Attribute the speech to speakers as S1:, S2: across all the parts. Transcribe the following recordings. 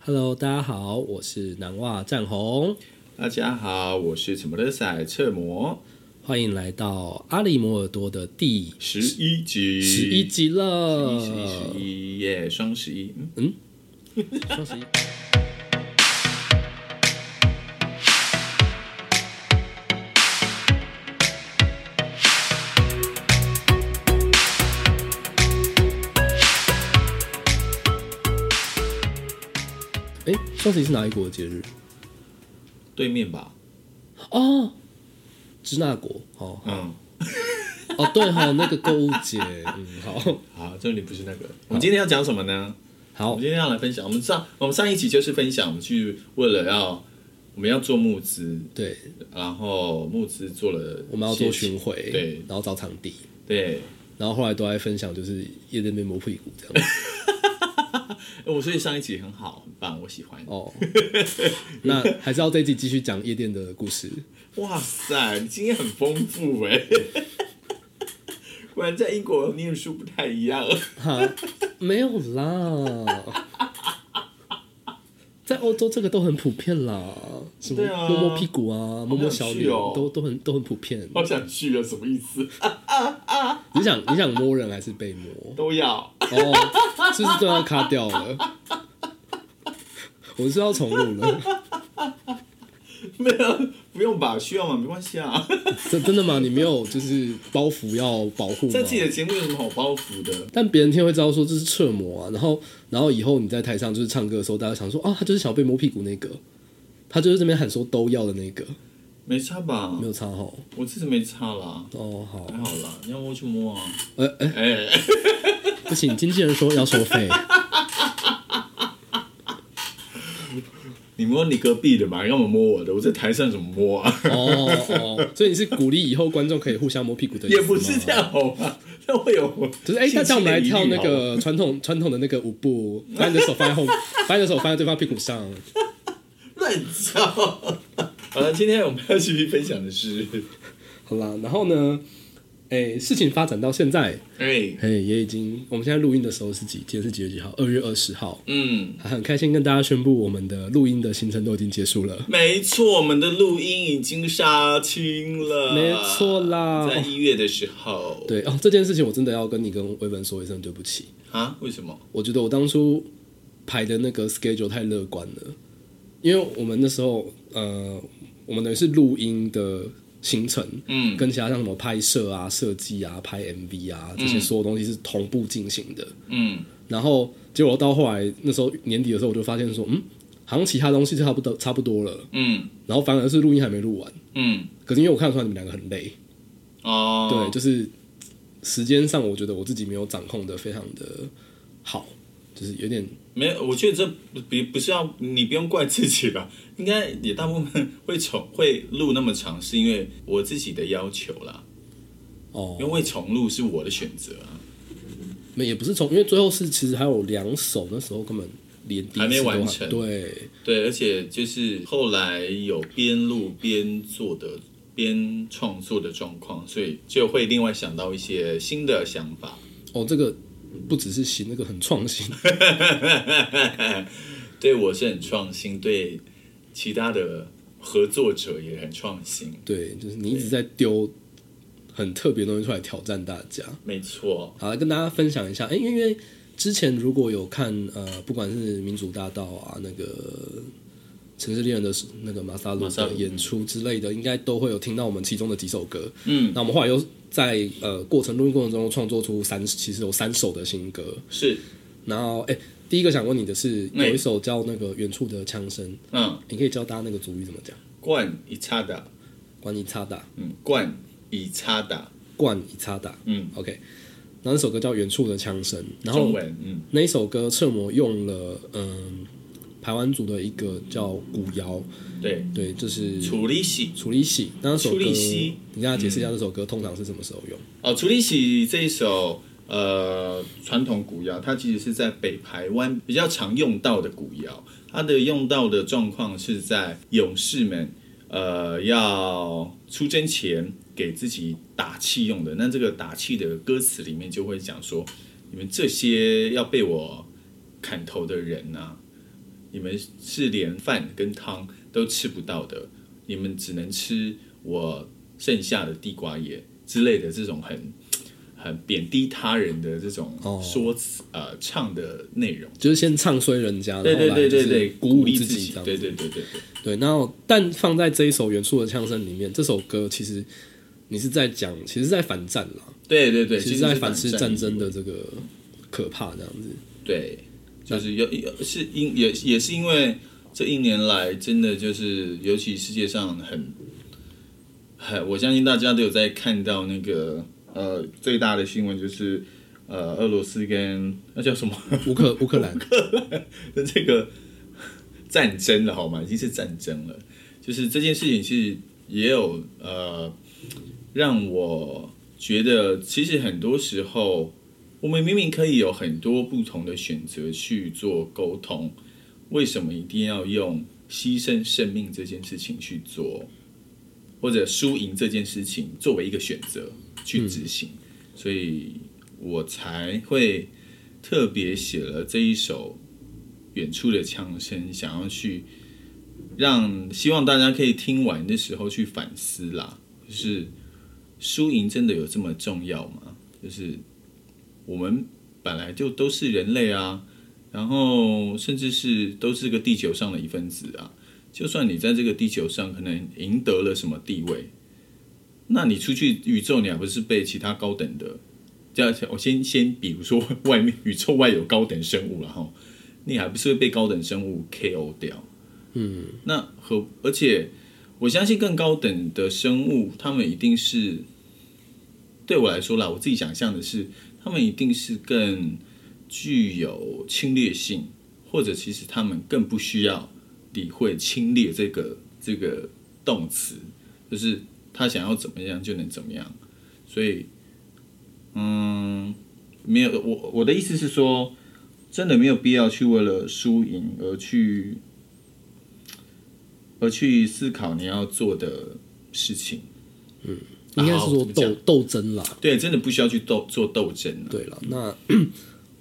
S1: Hello，大家好，我是南袜战红，
S2: 大家好，我是怎么的赛侧模
S1: 欢迎来到阿里摩尔多的第
S2: 十一集，
S1: 十一集了，
S2: 十一十一耶，双十一，嗯，
S1: 双十一。哎，双十一是哪一国的节日？
S2: 对面吧，
S1: 哦，支那国。哦
S2: 嗯，
S1: 哦，对哈、那个购物节，嗯，好
S2: 好，重点不是那个，我们今天要讲什么呢？我
S1: 好
S2: 们，今天要来分享，我们上我们上一集就是分享，我们去为了要我们要做募资，
S1: 对，
S2: 然后募资做了，
S1: 我们要做巡，回，
S2: 对
S1: 然后找场地，
S2: 对，
S1: 然后后来都在分享，就是夜店被磨屁股这样。
S2: 哎我所以上一集很好，很棒，我喜欢，
S1: 哦，那还是要这一集继续讲夜店的故事。
S2: 哇塞，你经验很丰富哎， 果然在英国念书不太一样。
S1: 哈，没有啦，在欧洲这个都很普遍啦，什么
S2: 对啊
S1: 摸摸屁股啊，摸摸小
S2: 想去
S1: 脸，
S2: 哦
S1: 都都很都很普遍。
S2: 好想去啊，什么意思？
S1: 你想你想摸人还是被摸？
S2: 都要。
S1: 哦，是不是都要卡掉了？ 我是要重录了，
S2: 没有，不用吧？需要吗？没关系 啊。
S1: 真真的吗？你没有就是包袱要保护吗
S2: 在？自己的节目有什么好包袱的？
S1: 但别人听会知道说这是侧模啊，然后然后以后你在台上就是唱歌的时候，大家想说啊，他就是想要被摸屁股那个，他就是这边喊说都要的那个，
S2: 没差吧
S1: 没？有差吼。
S2: 我自己没差啦，
S1: 哦，好，
S2: 还好啦。你要摸就摸啊。
S1: 呃、呃、
S2: 哎、
S1: 不行，经纪人说要收费，
S2: 你摸你隔壁的嘛，你干嘛摸我的？我在台上怎么摸 啊？
S1: 哦哦，所以你是鼓励以后观众可以互相摸屁股的意思
S2: 也
S1: 吗？
S2: 不啊是这，样好 吧？那会有
S1: 就是哎，大家我们来
S2: 信息的
S1: 跳
S2: 疑虑
S1: 那个传统传统的那个舞步，把你的手放在后，把你的手放在对方屁股上，
S2: 好吧乱叫。 好了，今天我们要继续分享的 是，
S1: 好啦，然后呢，哎，事情发展到现在，
S2: 哎、
S1: 哎，也已经，我们现在录音的时候是几？今天是几月几号？二月二十号。
S2: 嗯，
S1: 很开心跟大家宣布，我们的录音的行程都已经结束了。
S2: 没错，我们的录音已经杀青了，
S1: 没错啦
S2: 在一月的时候，
S1: 对哦，这件事情我真的要跟你跟威文说一声对不起。
S2: 啊？为什么？
S1: 我觉得我当初排的那个 schedule 太乐观了，因为我们那时候呃，我们等于是录音的行程，
S2: 嗯，
S1: 跟其他像什么拍摄啊、设计啊、拍 MV 啊这些所有东西是同步进行的。
S2: 嗯，
S1: 然后结果到后来那时候年底的时候，我就发现说，嗯，好像其他东西就差不多差不多了，
S2: 嗯
S1: 然后反而是录音还没录完。
S2: 嗯，
S1: 可是因为我看得出来你们两个很累，
S2: 哦，
S1: 对，就是时间上我觉得我自己没有掌控的非常的好，就是有点
S2: 没有，我觉得这不不不是要你不用怪自己吧， 应该也大部分会重会录那么长，是因为我自己的要求啦，
S1: 哦
S2: 因，为重录是我的选择啊，
S1: 没也不是从，因为最后是其实还有两首，那时候根本连第一
S2: 还没
S1: 次都
S2: 完成
S1: 对，
S2: 对，而且就是后来有边录边做的边创作的状况，所以就会另外想到一些新的想法。
S1: 哦，这个不只是行，那个很创新，
S2: 对我是很创新，对其他的合作者也很创新，
S1: 对，就是你一直在丢很特别的东西出来挑战大家。
S2: 没错。
S1: 好，来跟大家分享一下，哎、因为之前如果有看呃，不管是民主大道啊，那个城市猎人的那个马萨鲁
S2: 马萨
S1: 的
S2: 鲁
S1: 演出之类的，应该都会有听到我们其中的几首歌。
S2: 嗯，
S1: 那我们后来又在呃过程录音过程中创作出三，其实有三首的新歌。
S2: 是，
S1: 然后，哎、第一个想问你的是，
S2: 嗯
S1: 有一首叫那个远处的枪声，
S2: 嗯，
S1: 你可以教大家那个主语怎么讲？
S2: 冠一叉打，
S1: 关一叉打，
S2: 嗯，冠一叉打，
S1: 冠一叉打
S2: 嗯，
S1: ，OK。然后那首歌叫《远处的枪声》，然后
S2: 中文，嗯，
S1: 那一首歌侧模用了嗯台湾组的一个叫古谣，
S2: 对，
S1: 对，就是
S2: 处理洗，
S1: 处理喜那首歌，
S2: 楚理喜
S1: 你跟他解释一下这首歌通常是什么时候用？
S2: 哦，处理洗这一首。呃，传统古谣，它其实是在北台湾比较常用到的古谣，它的用到的状况是在勇士们，呃，要出征前给自己打气用的。那这个打气的歌词里面就会讲说，你们这些要被我砍头的人呐、啊你们是连饭跟汤都吃不到的，你们只能吃我剩下的地瓜叶之类的这种很很贬低他人的这种
S1: 哦
S2: 说辞、呃唱的内容。
S1: 就是先唱衰人家，
S2: 对对
S1: 然后
S2: 对
S1: 来就
S2: 对
S1: 是
S2: 对，
S1: 鼓
S2: 励
S1: 励
S2: 自
S1: 己这样子
S2: 对对对对对，
S1: 对，然后但放在这一首元素的呛声里面，这首歌其实你是在讲，其实在反战啦，
S2: 对对对，
S1: 其
S2: 实
S1: 在
S2: 是
S1: 反思
S2: 战
S1: 战
S2: 役
S1: 争的这个可怕这样子。
S2: 对，就是有有是因也也是因为这一年来，真的就是尤其世界上很很，我相信大家都有在看到那个呃最大的新闻就是呃俄罗斯跟那叫什么
S1: 乌克乌克 兰，
S2: 这个战争了好吗？已经是战争了，就是这件事情其实也有呃让我觉得，其实很多时候我们明明可以有很多不同的选择去做沟通，为什么一定要用牺牲生命这件事情去做，或者输赢这件事情作为一个选择去执行？所以我才会特别写了这一首远处的枪声，想要去让希望大家可以听完的时候去反思啦，就是输赢真的有这么重要吗？就是我们本来就都是人类啊，然后甚至是都是个地球上的一份子啊。就算你在这个地球上可能赢得了什么地位，那你出去宇宙，你还不是被其他高等的？这样，我先先比如说外面宇宙外有高等生物了哈，你还不是会被高等生物 KO 掉？嗯，那和而且我相信更高等的生物，他们一定是对我来说啦，我自己想象的是，他们一定是更具有侵略性，或者其实他们更不需要理会“侵略”这个这个动词，就是他想要怎么样就能怎么样，所以，嗯，没有我我的意思是说，真的没有必要去为了输赢而去而去思考你要做的事情。嗯，
S1: 应该是说斗斗争啦，
S2: 对，真的不需要去斗做斗争、啊。
S1: 对了，那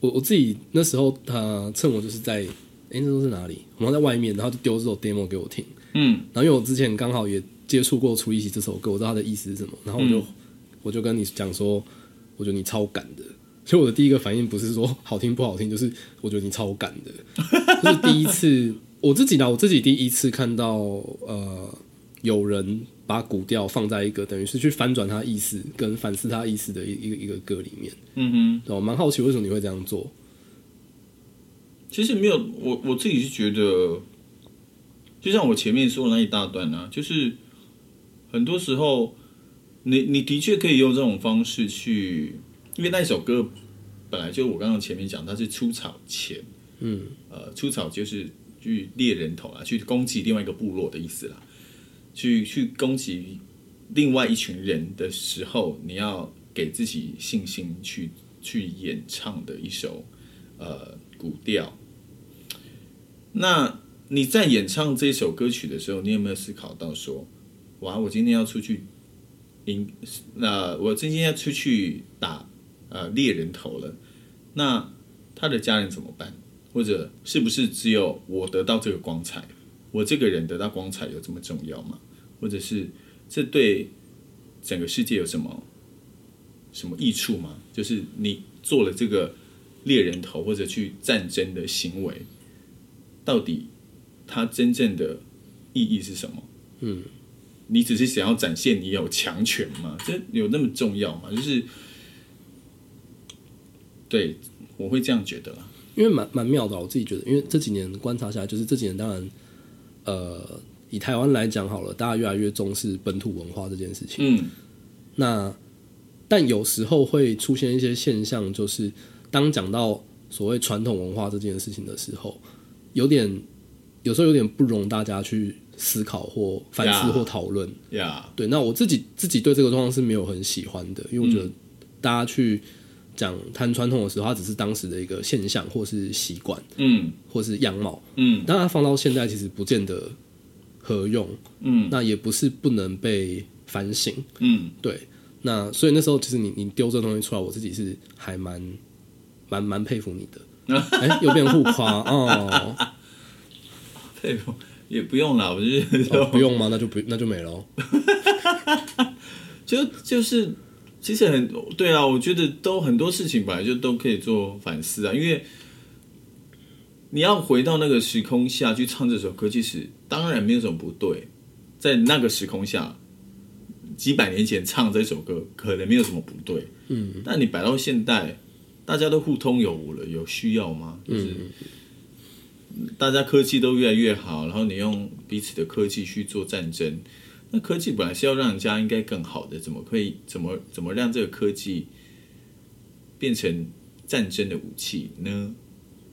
S1: 我我自己那时候，他趁我就是在，哎、那时候是哪里？我们在外面，然后就丢这首 demo 给我听。
S2: 嗯，
S1: 然后因为我之前刚好也接触过《初一喜》这首歌，我知道它的意思是什么，然后我就、我就跟你讲说，我觉得你超敢的。 所以我的第一个反应不是说 好听不好听，就是我觉得你超敢的，就是第一次我自己呢，我自己第一次看到呃有人把古调放在一个等于是去翻转它意思跟反思它意思的一一个一个歌里面，
S2: 嗯
S1: 对我哦蛮好奇为什么你会这样做，
S2: 哼，其实没有，我我自己是觉得，就像我前面说的那一大段啊，就是很多时候，你你的确可以用这种方式去，因为那一首歌本来就我刚刚前面讲，它是出草前，
S1: 嗯，
S2: 呃，出草就是去猎人头啊，去攻击另外一个部落的意思啦，去去攻击另外一群人的时候，你要给自己信心去去演唱的一首呃古调。那你在演唱这首歌曲的时候，你有没有思考到说，哇，我今天要出去赢，那、我今天要出去打呃猎人头了，那他的家人怎么办？或者是不是只有我得到这个光彩，我这个人得到光彩有这么重要吗？或者是这对整个世界有什么什么益处吗？就是你做了这个猎人头或者去战争的行为，到底它真正的意义是什么？
S1: 嗯，
S2: 你只是想要展现你有强权吗？这有那么重要吗？就是对我会这样觉得啦。
S1: 因为蛮蛮妙的啊，我自己觉得，因为这几年观察下来，就是这几年当然，呃，以台湾来讲好了，大家越来越重视本土文化这件事情。
S2: 嗯
S1: 那但有时候会出现一些现象，就是当讲到所谓传统文化这件事情的时候，有点有时候有点不容大家去思考或反思
S2: Yeah
S1: 或讨论。
S2: 呀。
S1: 对，那我自己自己对这个状况是没有很喜欢的，因为我觉得大家去讲谈传统的时候，它只是当时的一个现象或是习惯。
S2: 嗯
S1: 或是样貌，
S2: 嗯
S1: 当然放到现在其实不见得合用，
S2: 嗯
S1: 那也不是不能被反省，
S2: 嗯
S1: 对。那所以那时候其实你你丢这东西出来，我自己是还蛮蛮蛮佩服你的，哎、又变互夸哦。
S2: 佩服，也不用啦，我就是
S1: 哦
S2: 说，
S1: 不用吗？那就不那就没了哦。
S2: 就就是其实很对啊，我觉得都很多事情本来就都可以做反思啊，因为你要回到那个时空下去唱这首歌，其实当然没有什么不对，在那个时空下。几百年前唱这首歌，可能没有什么不对，
S1: 嗯，
S2: 但你摆到现代，大家都互通有无了，有需要吗？就是、大家科技都越来越好，然后你用彼此的科技去做战争，那科技本来是要让人家应该更好的，怎么可以怎么怎么让这个科技变成战争的武器呢？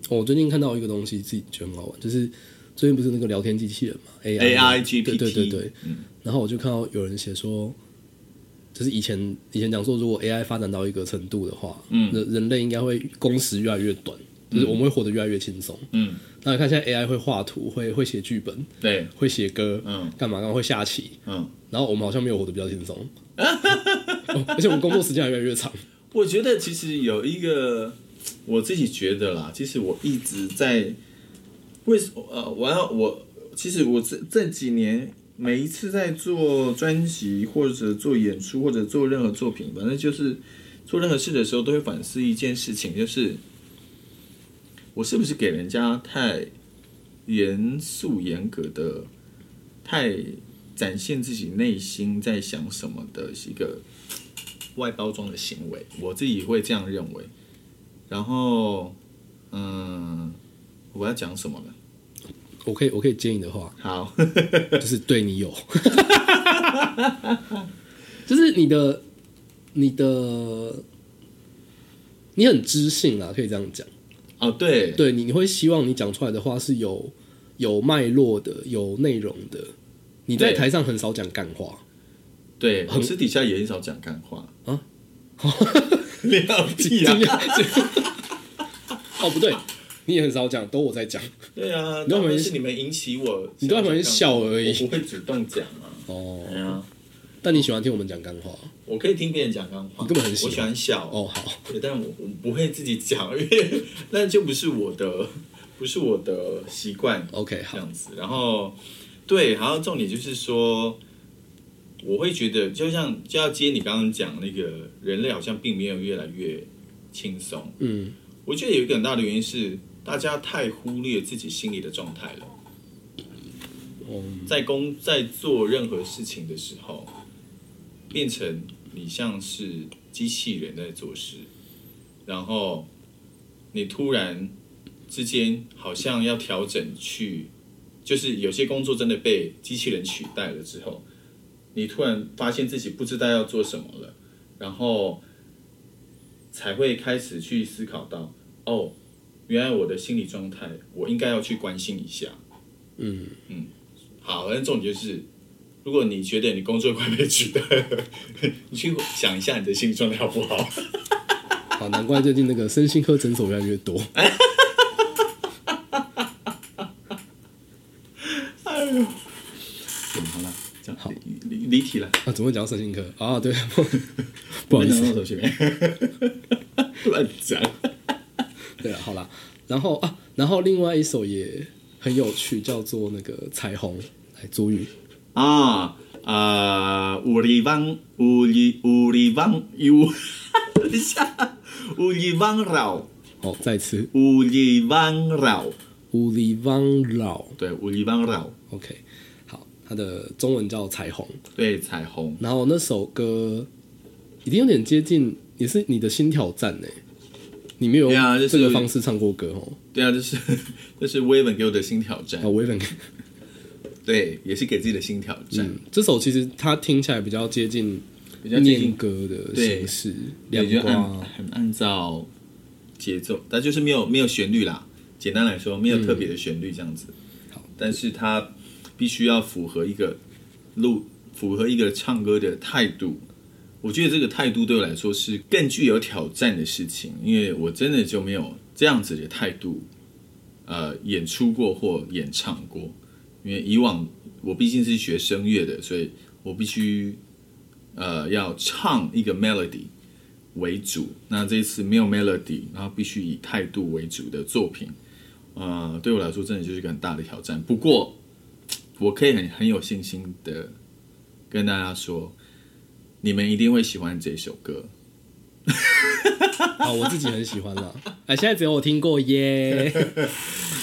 S1: 哦我最近看到一个东西，自己觉得很好玩，就是最近不是那个聊天机器人嘛
S2: AI
S1: 对
S2: GPT
S1: 对对对。
S2: 嗯
S1: 然后我就看到有人写说，就是以前以前讲说，如果 AI 发展到一个程度的话，
S2: 嗯
S1: 人人类应该会工时越来越短，就是我们会活得越来越轻松。
S2: 嗯，
S1: 那你看现在 AI 会画图，会会写剧本，
S2: 对，
S1: 会写歌，
S2: 嗯
S1: 干嘛干嘛会下棋，
S2: 嗯，
S1: 然后我们好像没有活得比较轻松、 哦而且我们工作时间还越来越长。
S2: 我觉得其实有一个我自己觉得啦，其实我一直在为什呃，我要我其实我这这几年每一次在做专辑或者做演出或者做任何作品，反正就是做任何事的时候都会反思一件事情，就是我是不是给人家太严肃严格的，太展现自己内心在想什么的一个外包装的行为，我自己会这样认为。然后，嗯，我要讲什么了？
S1: 我可以我可以接你的话，
S2: 好，
S1: 就是对你有，就是你的你的你很知性啊，可以这样讲。
S2: 哦，对，
S1: 对你，你会希望你讲出来的话是有有脉络的、有内容的。你在
S2: 对
S1: 台上很少讲干话，
S2: 对，我私底下也很少讲干话
S1: 啊。
S2: 了不起啊
S1: 这！样哦，不对，你也很少讲，都我在讲。
S2: 对啊，
S1: 都在
S2: 那
S1: 旁边
S2: 是你们引起我，
S1: 你都在旁边笑而已
S2: 我不会主动讲啊。
S1: 哦，
S2: 对啊，
S1: 但你喜欢听我们讲干话
S2: 我可以听别人讲干话，
S1: 你根本很喜
S2: 我
S1: 欢
S2: 喜欢笑
S1: 哦。好，
S2: 对，但我我不会自己讲，因为 那就不是我的，不是我的习惯
S1: OK，
S2: 这
S1: 好，
S2: 样子。然后，对，然后重点就是说，我会觉得，就像就要接你刚刚讲那个，人类好像并没有越来越轻松。
S1: 嗯，
S2: 我觉得有一个很大的原因是，大家太忽略自己心理的状态了。
S1: 哦，
S2: 在工在做任何事情的时候，变成你像是机器人在做事，然后你突然之间好像要调整去，就是有些工作真的被机器人取代了之后，你突然发现自己不知道要做什么了，然后才会开始去思考到，哦，原来我的心理状态，我应该要去关心一下。
S1: 嗯，
S2: 好，但重点就是，如果你觉得你工作快被取代 了，你去想一下你的心理状态好不好？
S1: 好，难怪最近那个身心科诊所越来越多。啊
S2: 好了，这样好离离离题了，
S1: 啊，怎么会讲到身心科啊？对， 不
S2: 不
S1: 好意思，
S2: 手前面 乱讲。
S1: 对了，啊好啦，然后啊，然后另外一首也很有趣，叫做那个彩虹，来朱宇。
S2: 啊啊！乌里汪乌里乌里汪有， 等一下，乌里汪绕
S1: 好，哦再次
S2: 乌里汪绕，
S1: 乌里汪老
S2: 对乌里汪绕，
S1: ，OK，好，它的中文叫彩虹。
S2: 对彩虹，
S1: 然后那首歌已经有点接近，也是你的新挑战呢、你没有
S2: 对啊
S1: 用
S2: 就
S1: 这
S2: 是
S1: 个方式唱过歌哦。
S2: 对啊，这是 这是威文给我的新挑战
S1: 啊，，我也很
S2: 对，也是给自己的新挑战。
S1: 嗯，这首其实它听起来比较接近
S2: 比较接
S1: 念
S2: 近，
S1: 歌的
S2: 对
S1: 形式，啊
S2: 对，就
S1: 两
S2: 按
S1: 瓜。
S2: 很按照节奏，但就是没有没有旋律啦。简单来说，没有特别的旋律这样子。
S1: 嗯好
S2: 但是它必须要符合一个路，符合一个唱歌的态度。我觉得这个态度对我来说是更具有挑战的事情，因为我真的就没有这样子的态度，呃，演出过或演唱过。因为以往我毕竟是学声乐的，所以我必须呃要唱一个 melody 为主。那这一次没有 melody，然后必须以态度为主的作品，啊、对我来说真的就是一个很大的挑战。不过，我可以很很有信心的跟大家说，你们一定会喜欢这首歌。
S1: 啊，我自己很喜欢啦。哎，现在只有我听过耶。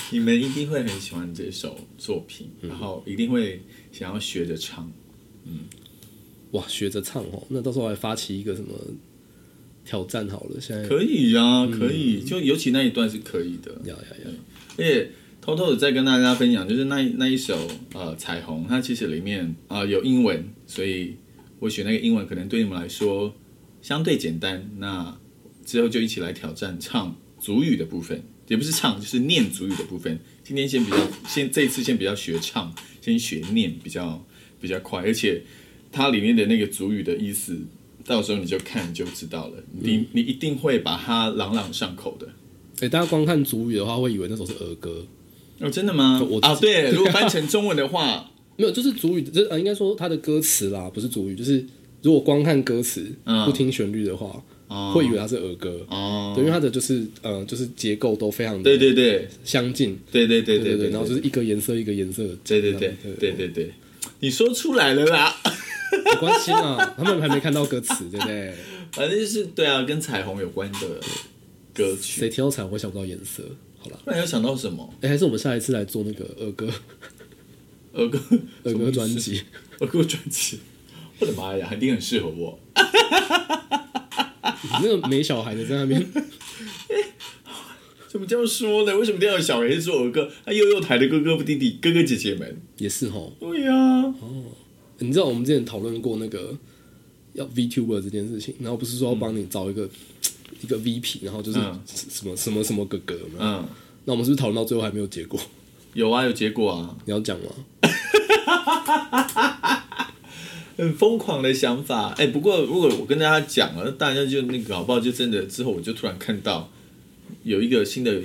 S2: 你们一定会很喜欢这首作品，然后一定会想要学着唱。
S1: 哇，学着唱哦，那到时候还发起一个什么挑战好了。现在
S2: 可以呀、可以，就尤其那一段是可以的。
S1: 呀呀呀，
S2: 而且偷偷的再跟大家分享，就是那一那一首呃《彩虹》，它其实里面啊、呃有英文，所以我选那个英文可能对你们来说相对简单。那之后就一起来挑战唱族语的部分，也不是唱，就是念族语的部分。今天先比较，先这一次先比较学唱，先学念比较比较快，而且它里面的那个族语的意思。到时候你就看你就知道了，你你一定会把它朗朗上口的。
S1: 哎，大家光看主语的话，会以为那首是儿歌。
S2: 哦，真的吗？
S1: 我
S2: 啊，对，如果翻成中文的话，
S1: 没有，就是主语，就是呃，应该说它的歌词啦，不是主语，就是如果光看歌词、
S2: 嗯
S1: 不听旋律的话，
S2: 哦
S1: 会以为它是儿歌。
S2: 哦，
S1: 对，因为它的就是呃，就是结构都非常
S2: 对
S1: 的
S2: 对对
S1: 相近，
S2: 对对对
S1: 对
S2: 对
S1: 对，然后就是一个颜色一个颜色，
S2: 对对对
S1: 对
S2: 对对对，你说出来了啦，
S1: 没关系啦，他们还没看到歌词，对不对？
S2: 反正就是对啊，跟彩虹有关的歌曲。
S1: 谁挑彩我想不到颜色，好啦，
S2: 突然又想到什么
S1: 哎，还是我们下一次来做那个儿歌
S2: 儿歌
S1: 儿歌专，辑，
S2: 什么意思儿歌呃专辑，我的妈呀，一定很适合我。
S1: 你那个没小孩的在那边，
S2: 怎么这样说呢？为什么一定要有小孩做儿歌？啊，幼幼台的哥哥弟弟、哥哥姐姐们，
S1: 也是吼，
S2: 对呀，
S1: 你知道我们之前讨论过那个要 VTuber 这件事情，然后不是说要帮你找一个、一个 VP，然后就是
S2: 嗯
S1: 什么、什么什么哥哥有没有？
S2: 嗯，
S1: 那我们是不是讨论到最后还没有结果？
S2: 有啊，有结果啊，
S1: 你要讲吗？
S2: 很疯狂的想法。哎、不过如果我跟大家讲了，大家就那个好不好？就真的之后我就突然看到有一个新的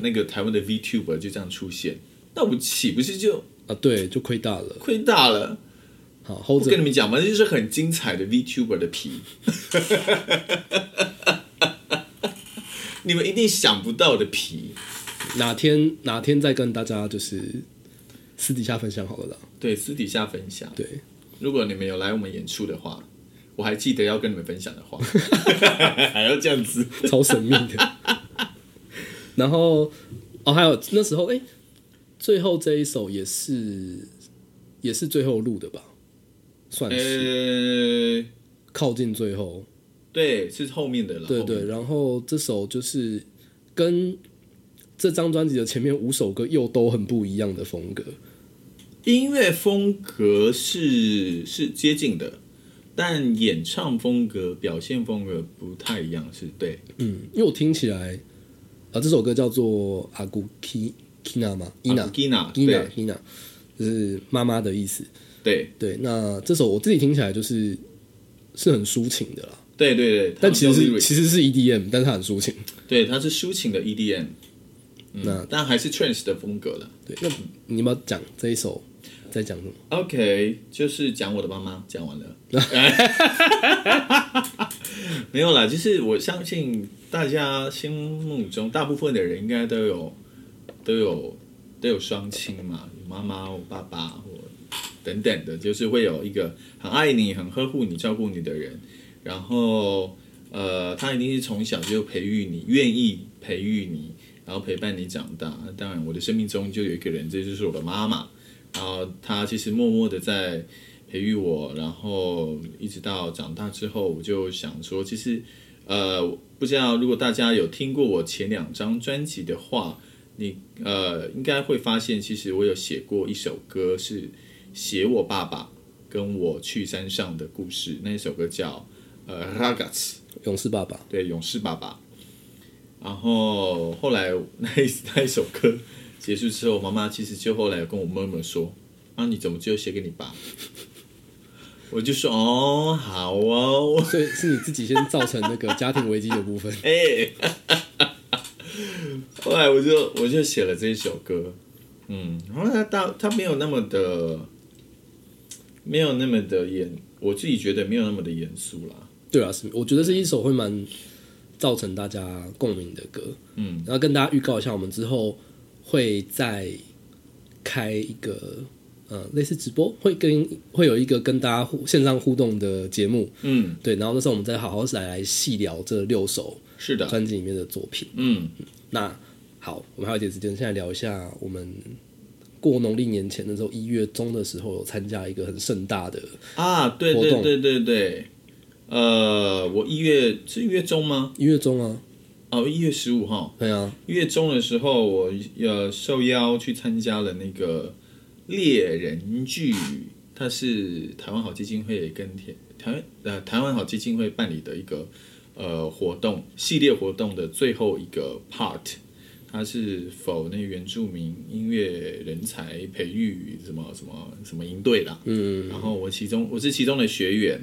S2: 那个台湾的 VTuber 就这样出现，那我岂不是就
S1: 啊，对，就亏大了。
S2: 亏大了？
S1: 好，hold
S2: 我跟
S1: 着
S2: 你们讲嘛，那就是很精彩的 VTuber 的皮， 你们一定想不到的皮。
S1: 哪天哪天再跟大家就是私底下分享好了啦。
S2: 对，私底下分享。
S1: 对，
S2: 如果你们有来我们演出的话，我还记得要跟你们分享的话， 还要这样子。
S1: 超神秘的。然后哦，还有那时候哎、最后这一首也是也是最后录的吧，算
S2: 呃、
S1: 是、靠近最后。
S2: 对，是后面的了。
S1: 对
S2: 后面
S1: 对，然后这首就是跟这张专辑的前面五首歌又都很不一样的风格，
S2: 音乐风格是是接近的，但演唱风格、表现风格不太一样，是对。
S1: 嗯，因为我听起来啊、这首歌叫做阿古 Ki Kina 嘛，Ina
S2: 啊 Gina，
S1: Ina
S2: 对
S1: Ina，就是妈妈的意思。
S2: 对
S1: 对，那这首我自己听起来就是是很抒情的啦，
S2: 对对对，
S1: 但其实
S2: 哦他们叫
S1: 是
S2: lyric
S1: 其实是 EDM，但是它很抒情。
S2: 对，它是抒情的 E EDM，
S1: 那
S2: 嗯但还是 trance 的风格了。
S1: 对，那你有没有讲这一首在讲什么？
S2: OK，就是讲我的妈妈，讲完了。没有啦，就是我相信大家心目中大部分的人应该都有都有都有双亲嘛，有妈妈、我爸爸、我等等的，就是会有一个很爱你、很呵护你、照顾你的人。然后呃，他一定是从小就培育你，愿意培育你，然后陪伴你长大。当然，我的生命中就有一个人，这就是我的妈妈。然后她其实默默的在培育我，然后一直到长大之后，我就想说，其实呃，不知道如果大家有听过我前两张专辑的话，你呃应该会发现，其实我有写过一首歌，是写我爸爸跟我去山上的故事。那首歌叫呃《Ragaz》。
S1: 勇士爸爸，
S2: 对，勇士爸爸。然后后来 那一那一首歌结束之后，妈妈其实就后来有跟我妈妈说：“啊，你怎么只有写给你爸？” 我就说：“哦，好哦，
S1: 所以是你自己先造成那个家庭危机的部分。
S2: 哎、后来我就我就写了这一首歌，嗯，然后它到它没有那么的，没有那么的严，我自己觉得没有那么的严肃啦。
S1: 对啊，是，我觉得是一首会蛮造成大家共鸣的歌。
S2: 嗯，
S1: 然后跟大家预告一下，我们之后会在开一个呃类似直播，会跟会有一个跟大家互线上互动的节目，
S2: 嗯，
S1: 对，然后那时候我们再好好来来细聊这六首
S2: 是的，
S1: 专辑里面的作品。
S2: 嗯，
S1: 那好，我们还有一点时间，现在聊一下我们过农历年前的时候，一月中的时候有参加一个很盛大的，
S2: 啊，对
S1: 活
S2: 对
S1: 动
S2: 对对对，呃，我一月是一月中吗？
S1: 一月中啊，
S2: 哦，一月十五号，
S1: 对啊，
S2: 一月中的时候，我呃受邀去参加了那个猎人剧，它是台湾好基金会跟台台湾呃台湾好基金会办理的一个呃活动系列活动的最后一个 part。它是否那原住民音乐人才培育什么什么什么营队啦？
S1: 嗯，
S2: 然后我其中我是其中的学员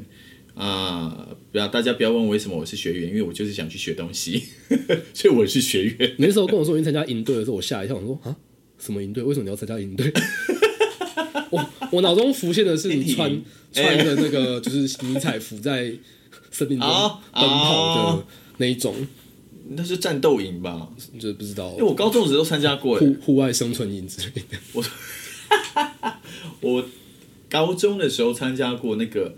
S2: 啊，不、要大家不要问我为什么我是学员，因为我就是想去学东西， 所以我是学员。
S1: 你那时候跟我说你参加营队的时候，我吓一跳，我说啊，什么营队？为什么你要参加营队？ 我我脑中浮现的是你穿
S2: 一体
S1: 穿着那个就是迷彩服在森林中
S2: 哦
S1: 奔跑的那一种，
S2: 那是战斗营吧？
S1: 就是不知道
S2: 因为我高中时都参加过，
S1: 户户外生存营之类的。
S2: 我高中的时候参加过那个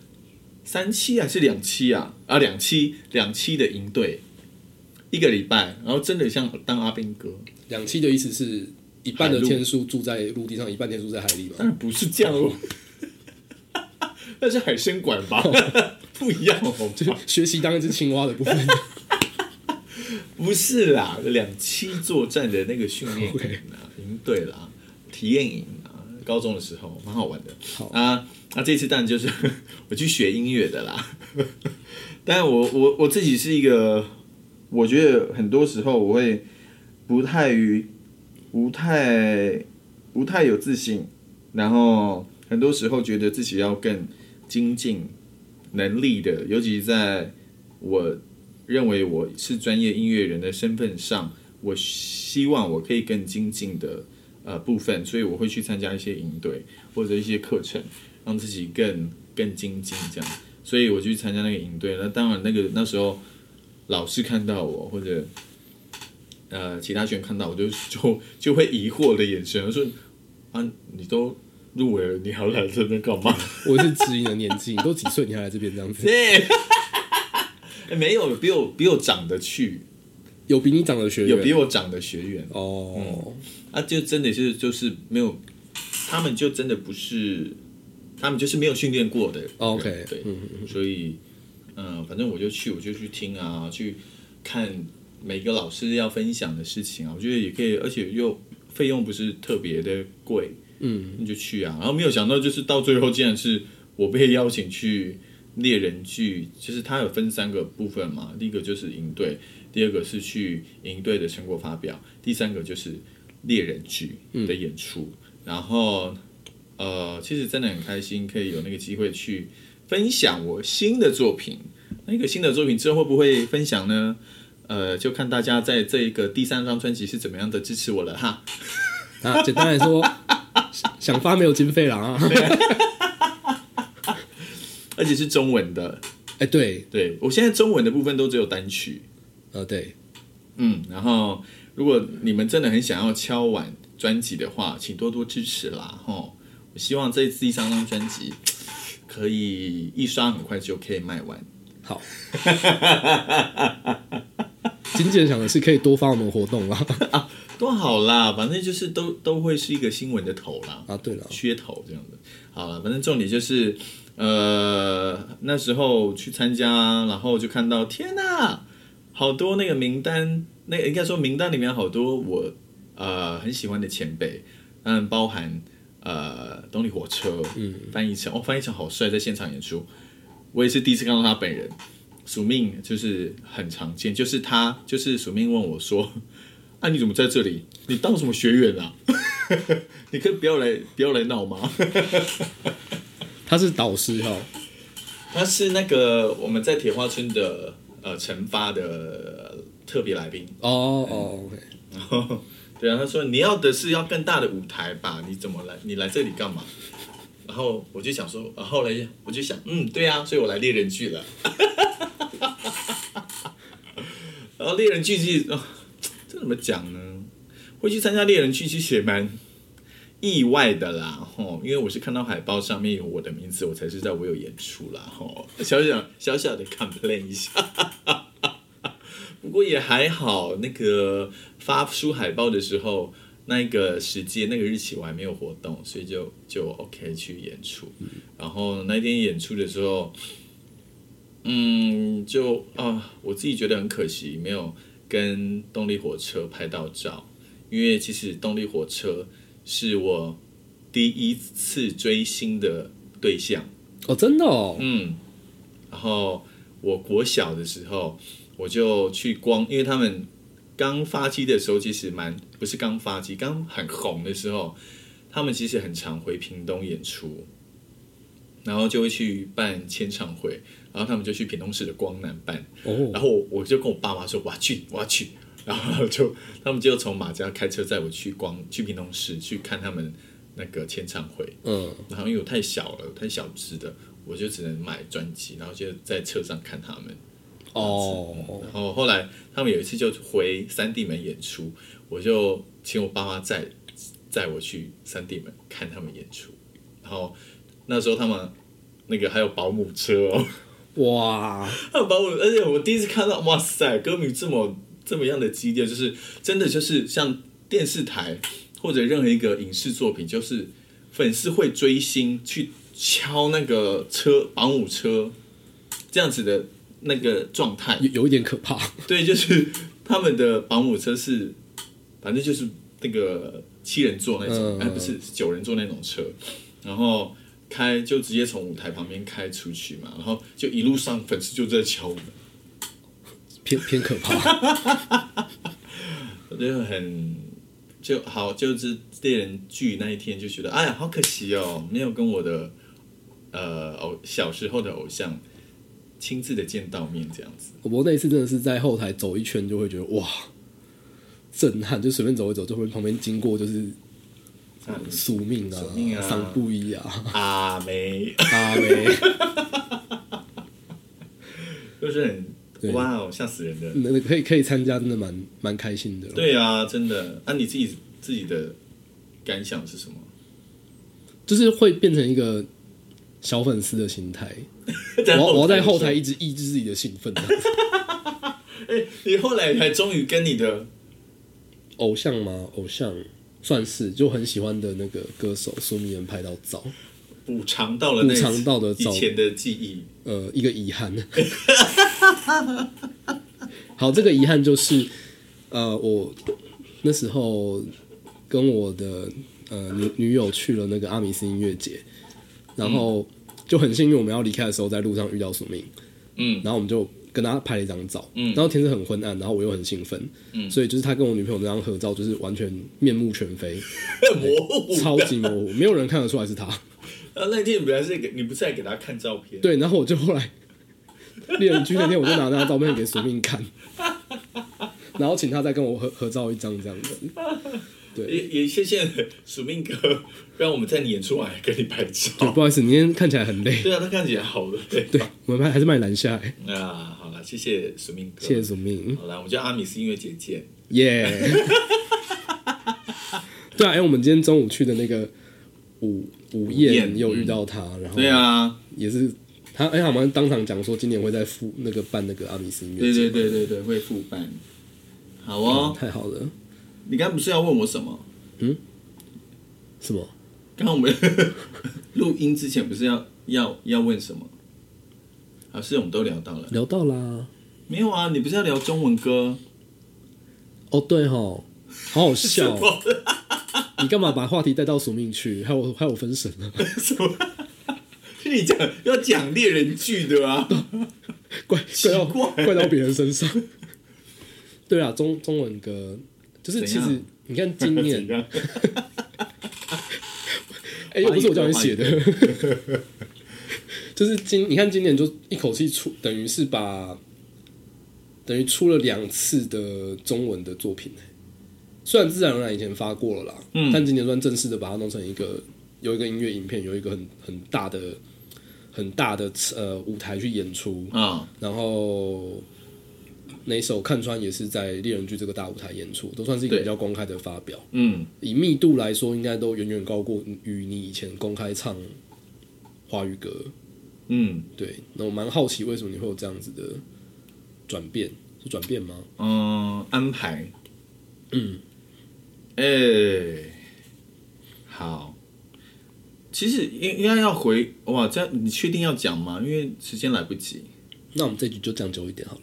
S2: 三期还是两期啊？啊，两期两期的营队，一个礼拜，然后真的像当阿兵哥，
S1: 两栖的意思是一半
S2: 海
S1: 的
S2: 陆
S1: 天数住在陆地上，一半天数在海里嘛。
S2: 当然不是 这样哦。那是海参馆吧， 不一样哦，
S1: 就是学习当一只青蛙的部 分。
S2: 不是啦，两栖作战的那个训练营啊，营队啦，体验营啊，高中的时候蛮好玩的。
S1: 好
S2: 啊，那、这次当然就是 我去学音乐的啦。 但我我我自己是一个，我觉得很多时候我会不太于不太不太有自信，然后很多时候觉得自己要更精进能力的，尤其在我认为我是专业音乐人的身份上，我希望我可以更精进的呃部分，所以我会去参加一些营队或者一些课程，让自己更更精进这样。所以我去参加那个营队，那当然那个那时候老师看到我或者呃其他学员看到我就就就会疑惑的眼神，说啊你都入围了，你还来这边干嘛？
S1: 我是质疑你的年纪，你都几岁你还来这边这样 子？
S2: 对，哎没有比我比我长得去，
S1: 有比你长的学员？
S2: 有比我长的学员
S1: 哦，
S2: 啊，就真的是就是没有，他们就真的不是，他们就是没有训练过的人。
S1: 哦，OK
S2: 对，所以嗯、呃反正我就去，我就去听啊，去看每个老师要分享的事情啊，我觉得也可以，而且又费用不是特别的贵，
S1: 嗯，
S2: 那就去啊。然后没有想到，就是到最后竟然是我被邀请去猎人剧，就是它有分三个部分嘛，第一个就是营队，第二个是去营队的成果发表，第三个就是猎人剧的演出。然后呃，其实真的很开心，可以有那个机会去分享我新的作品。那个新的作品之后会不会分享呢？呃，就看大家在这一个第三张专辑是怎么样的支持我了哈。
S1: 啊，简单来说， 想想发没有经费了 啊。
S2: 而且是中文的，
S1: 哎，对，
S2: 对我现在中文的部分都只有单曲，
S1: 呃，对，
S2: 嗯，然后如果你们真的很想要敲碗专辑的话，请多多支持啦，吼！我希望这次第三张专辑可以一刷很快就可以卖完。
S1: 好。金健想的是可以多发我们活动啦。
S2: 多好啦，反正就是都都会是一个新闻的头啦，
S1: 啊，对了，
S2: 噱头这样的。好了，反正重点就是，呃，那时候去参加，然后就看到天呐，好多那个名单，那个应该说名单里面好多我呃很喜欢的前辈，嗯，包含呃动力火车，嗯，翻译成哦，翻译成好帅，在现场演出，我也是第一次看到他本人。署命就是很常见，就是他就是署命问我说：“啊，你怎么在这里？你当什么学员啊？你可以不要来不要来闹吗？”
S1: 他是导师哈，
S2: 他是那个我们在铁花村的呃惩罚的呃特别来宾。
S1: 哦哦，OK，
S2: 然后 对啊，他说你要的是要更大的舞台吧？你怎么来？你来这里干嘛？然后我就想说，然后来我就想，嗯，对啊，所以我来猎人剧了。 然后猎人剧是、哦、这怎么讲呢？会去参加猎人区，其实也蛮意外的啦，吼，因为我是看到海报上面有我的名字，我才知道我有演出啦，吼，小小小小的 complain 一下，不过也还好，那个发出海报的时候。那个时间、那个日期我还没有活动，所以就就 OK 去演出。然后那天演出的时候，嗯，就啊，我自己觉得很可惜，没有跟动力火车拍到照，因为其实动力火车是我第一次追星的对象。
S1: 哦，真的哦，
S2: 嗯，然后我国小的时候，我就去光，因为他们刚发迹的时候，其实蛮不是刚发迹，刚很红的时候，他们其实很常回屏东演出，然后就会去办签唱会，然后他们就去屏东市的光南办，然
S1: 哦，
S2: 后我就跟我爸妈说我要去，我要去，然后就他们就从马家开车载我去光去屏东市去看他们那个签唱会。
S1: 嗯，
S2: 然后因为我太小了，太小只的，我就只能买专辑，然后就在车上看他们。
S1: 哦，
S2: 然后后来他们有一次就回三地门演出，我就请我爸妈载载我去三地门看他们演出。然后那时候他们那个还有保姆车哦，
S1: 哇，
S2: 他们保姆，而且我第一次看到，哇塞，歌迷这么这么样的激烈，就是真的就是像电视台或者任何一个影视作品，就是粉丝会追星去敲那个车保姆车这样子的那个状态
S1: 有，有一点可怕，
S2: 对，就是他们的保姆车是，反正就是那个七人座那种，
S1: 嗯
S2: 哎、不是是九人座那种车，然后开就直接从舞台旁边开出去嘛，然后就一路上粉丝就在敲我们。
S1: 偏偏可怕。
S2: 我觉得很就好，就是猎人剧那一天就觉得，哎呀，好可惜哦，没有跟我的呃偶小时候的偶像亲自的见到面这样 子。
S1: 我不过那一次真的是在后台走一圈，就会觉得哇，震撼！就随便走一走，就会旁边经过就是
S2: 啊
S1: 宿命啊
S2: 宿命、啊
S1: 桑布伊啊、
S2: 阿梅
S1: 阿梅，
S2: 就是很
S1: 对
S2: 哇哦，吓死人的。
S1: 那那可以可以参加，真的蛮蛮开心的。，
S2: 对啊，真的。那、你自己自己的感想是什么？
S1: 就是会变成一个小粉丝的心态。我要 我要在后台一直抑制自己的兴奋啊这样子。
S2: 哎、你后来还终于跟你的
S1: 偶像吗？偶像算是就很喜欢的那个歌手苏明恩拍到照，
S2: 补偿到了那
S1: 补偿到的
S2: 以
S1: 照
S2: 前的记忆。
S1: 呃，一个遗憾。 好，这个遗憾就是，呃，我那时候跟我的呃女女友去了那个阿米斯音乐节，然后就很幸运，我们要离开的时候在路上遇到苏明，
S2: 嗯
S1: 然后我们就跟他拍了一张照，
S2: 嗯
S1: 然后天色很昏暗，然后我又很兴奋，
S2: 嗯
S1: 所以就是他跟我女朋友那张合照，就是完全面目全非，
S2: 模糊的
S1: 超级模糊，没有人看得出来是他。
S2: 啊，那天你本来是给你不是在给他看照片，
S1: 对，然后我就后来猎人剧那天，我就拿那张照片给随命看，然后请他再跟我合合照一张这样子。
S2: 也也谢谢署命哥， 让我们在你演出完还跟你拍
S1: 对，
S2: 照。
S1: 哦不好意思，你今天看起来很累。
S2: 对啊，他看起来好累。
S1: 对，我们还还是把你拦下来，
S2: 啊，好了，谢谢署命哥，
S1: 谢谢。索命，
S2: 好了，我们叫阿米斯音乐节见。
S1: 耶、 对啊，哎、我们今天中午去的那个午午
S2: 午
S1: 宴
S2: 宴嗯
S1: 又遇到他，然后
S2: 对啊，
S1: 也是他，哎、他们当场讲说今年会在复那个办那个阿米斯音乐
S2: 对
S1: 节，
S2: 对对对对，会复办。好哦，
S1: 太好了，
S2: 你刚不是要问我什么？
S1: 什么？
S2: 刚刚我们 录音之前不是要要要问什么？啊，是我们都聊到了。
S1: 聊到啦。
S2: 没有啊，你不是要聊中文歌？
S1: 哦，对吼，好好笑、哦。
S2: 什么？
S1: 你干嘛把话题带到宿命去？还有还有分神啊了，
S2: 什么？ 是你讲要讲猎人剧的啊？
S1: 怪怪到
S2: 奇怪
S1: 怪到别人身上。 对啊，中中文歌就是其
S2: 怎
S1: 实
S2: 样
S1: 你看今年，
S2: 怎样
S1: 哎、又不是我叫你写的，就是今你看今年就一口气出，等于是把等于出了两次的中文的作品、欸虽然自然而然以前发过了啦，
S2: 嗯
S1: 但今年算正式的把它弄成一个有一个音乐影片，有一个很很大的很大的呃舞台去演出，
S2: 啊，
S1: 然后哪首看穿也是在猎人剧这个大舞台演出，都算是一个
S2: 对
S1: 比较公开的发表。
S2: 嗯，
S1: 以密度来说，应该都远远高过于你以前公开唱华语歌。
S2: 嗯
S1: 对，那我蛮好奇为什么你会有这样子的转变？是转变吗？
S2: 嗯，安排，
S1: 嗯，
S2: 哎、好。其实应应该要回哇，这样你确定要讲吗？因为时间来不及，
S1: 那我们这局就讲久一点好了。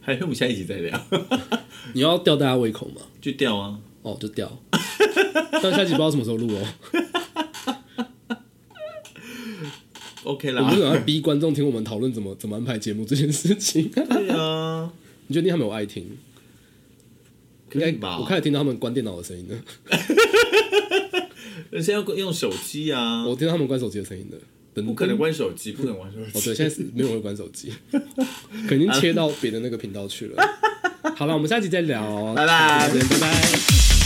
S2: 还是我们下一集再聊，
S1: 你要吊大家胃口吗？
S2: 就掉啊。
S1: 哦，就掉。 但下集不知道什么时候录哦。
S2: OK
S1: 我
S2: 啦
S1: 们，想要逼观众听我们讨论怎么怎么安排节目这件事情。
S2: 对啊，
S1: 你觉得他们有爱听？应
S2: 可
S1: 该
S2: 以吧
S1: 我？开始听到他们关电脑的声音了，
S2: 而且要用手机啊，
S1: 我听到他们关手机的声音了。等
S2: 不可能关手机，不可能玩手
S1: 哦，
S2: 机。
S1: 对，现在是没有人会关手机， 肯 定切到别的那个频道去了。好了，我们下期再聊哦，
S2: 拜拜
S1: 再见拜拜。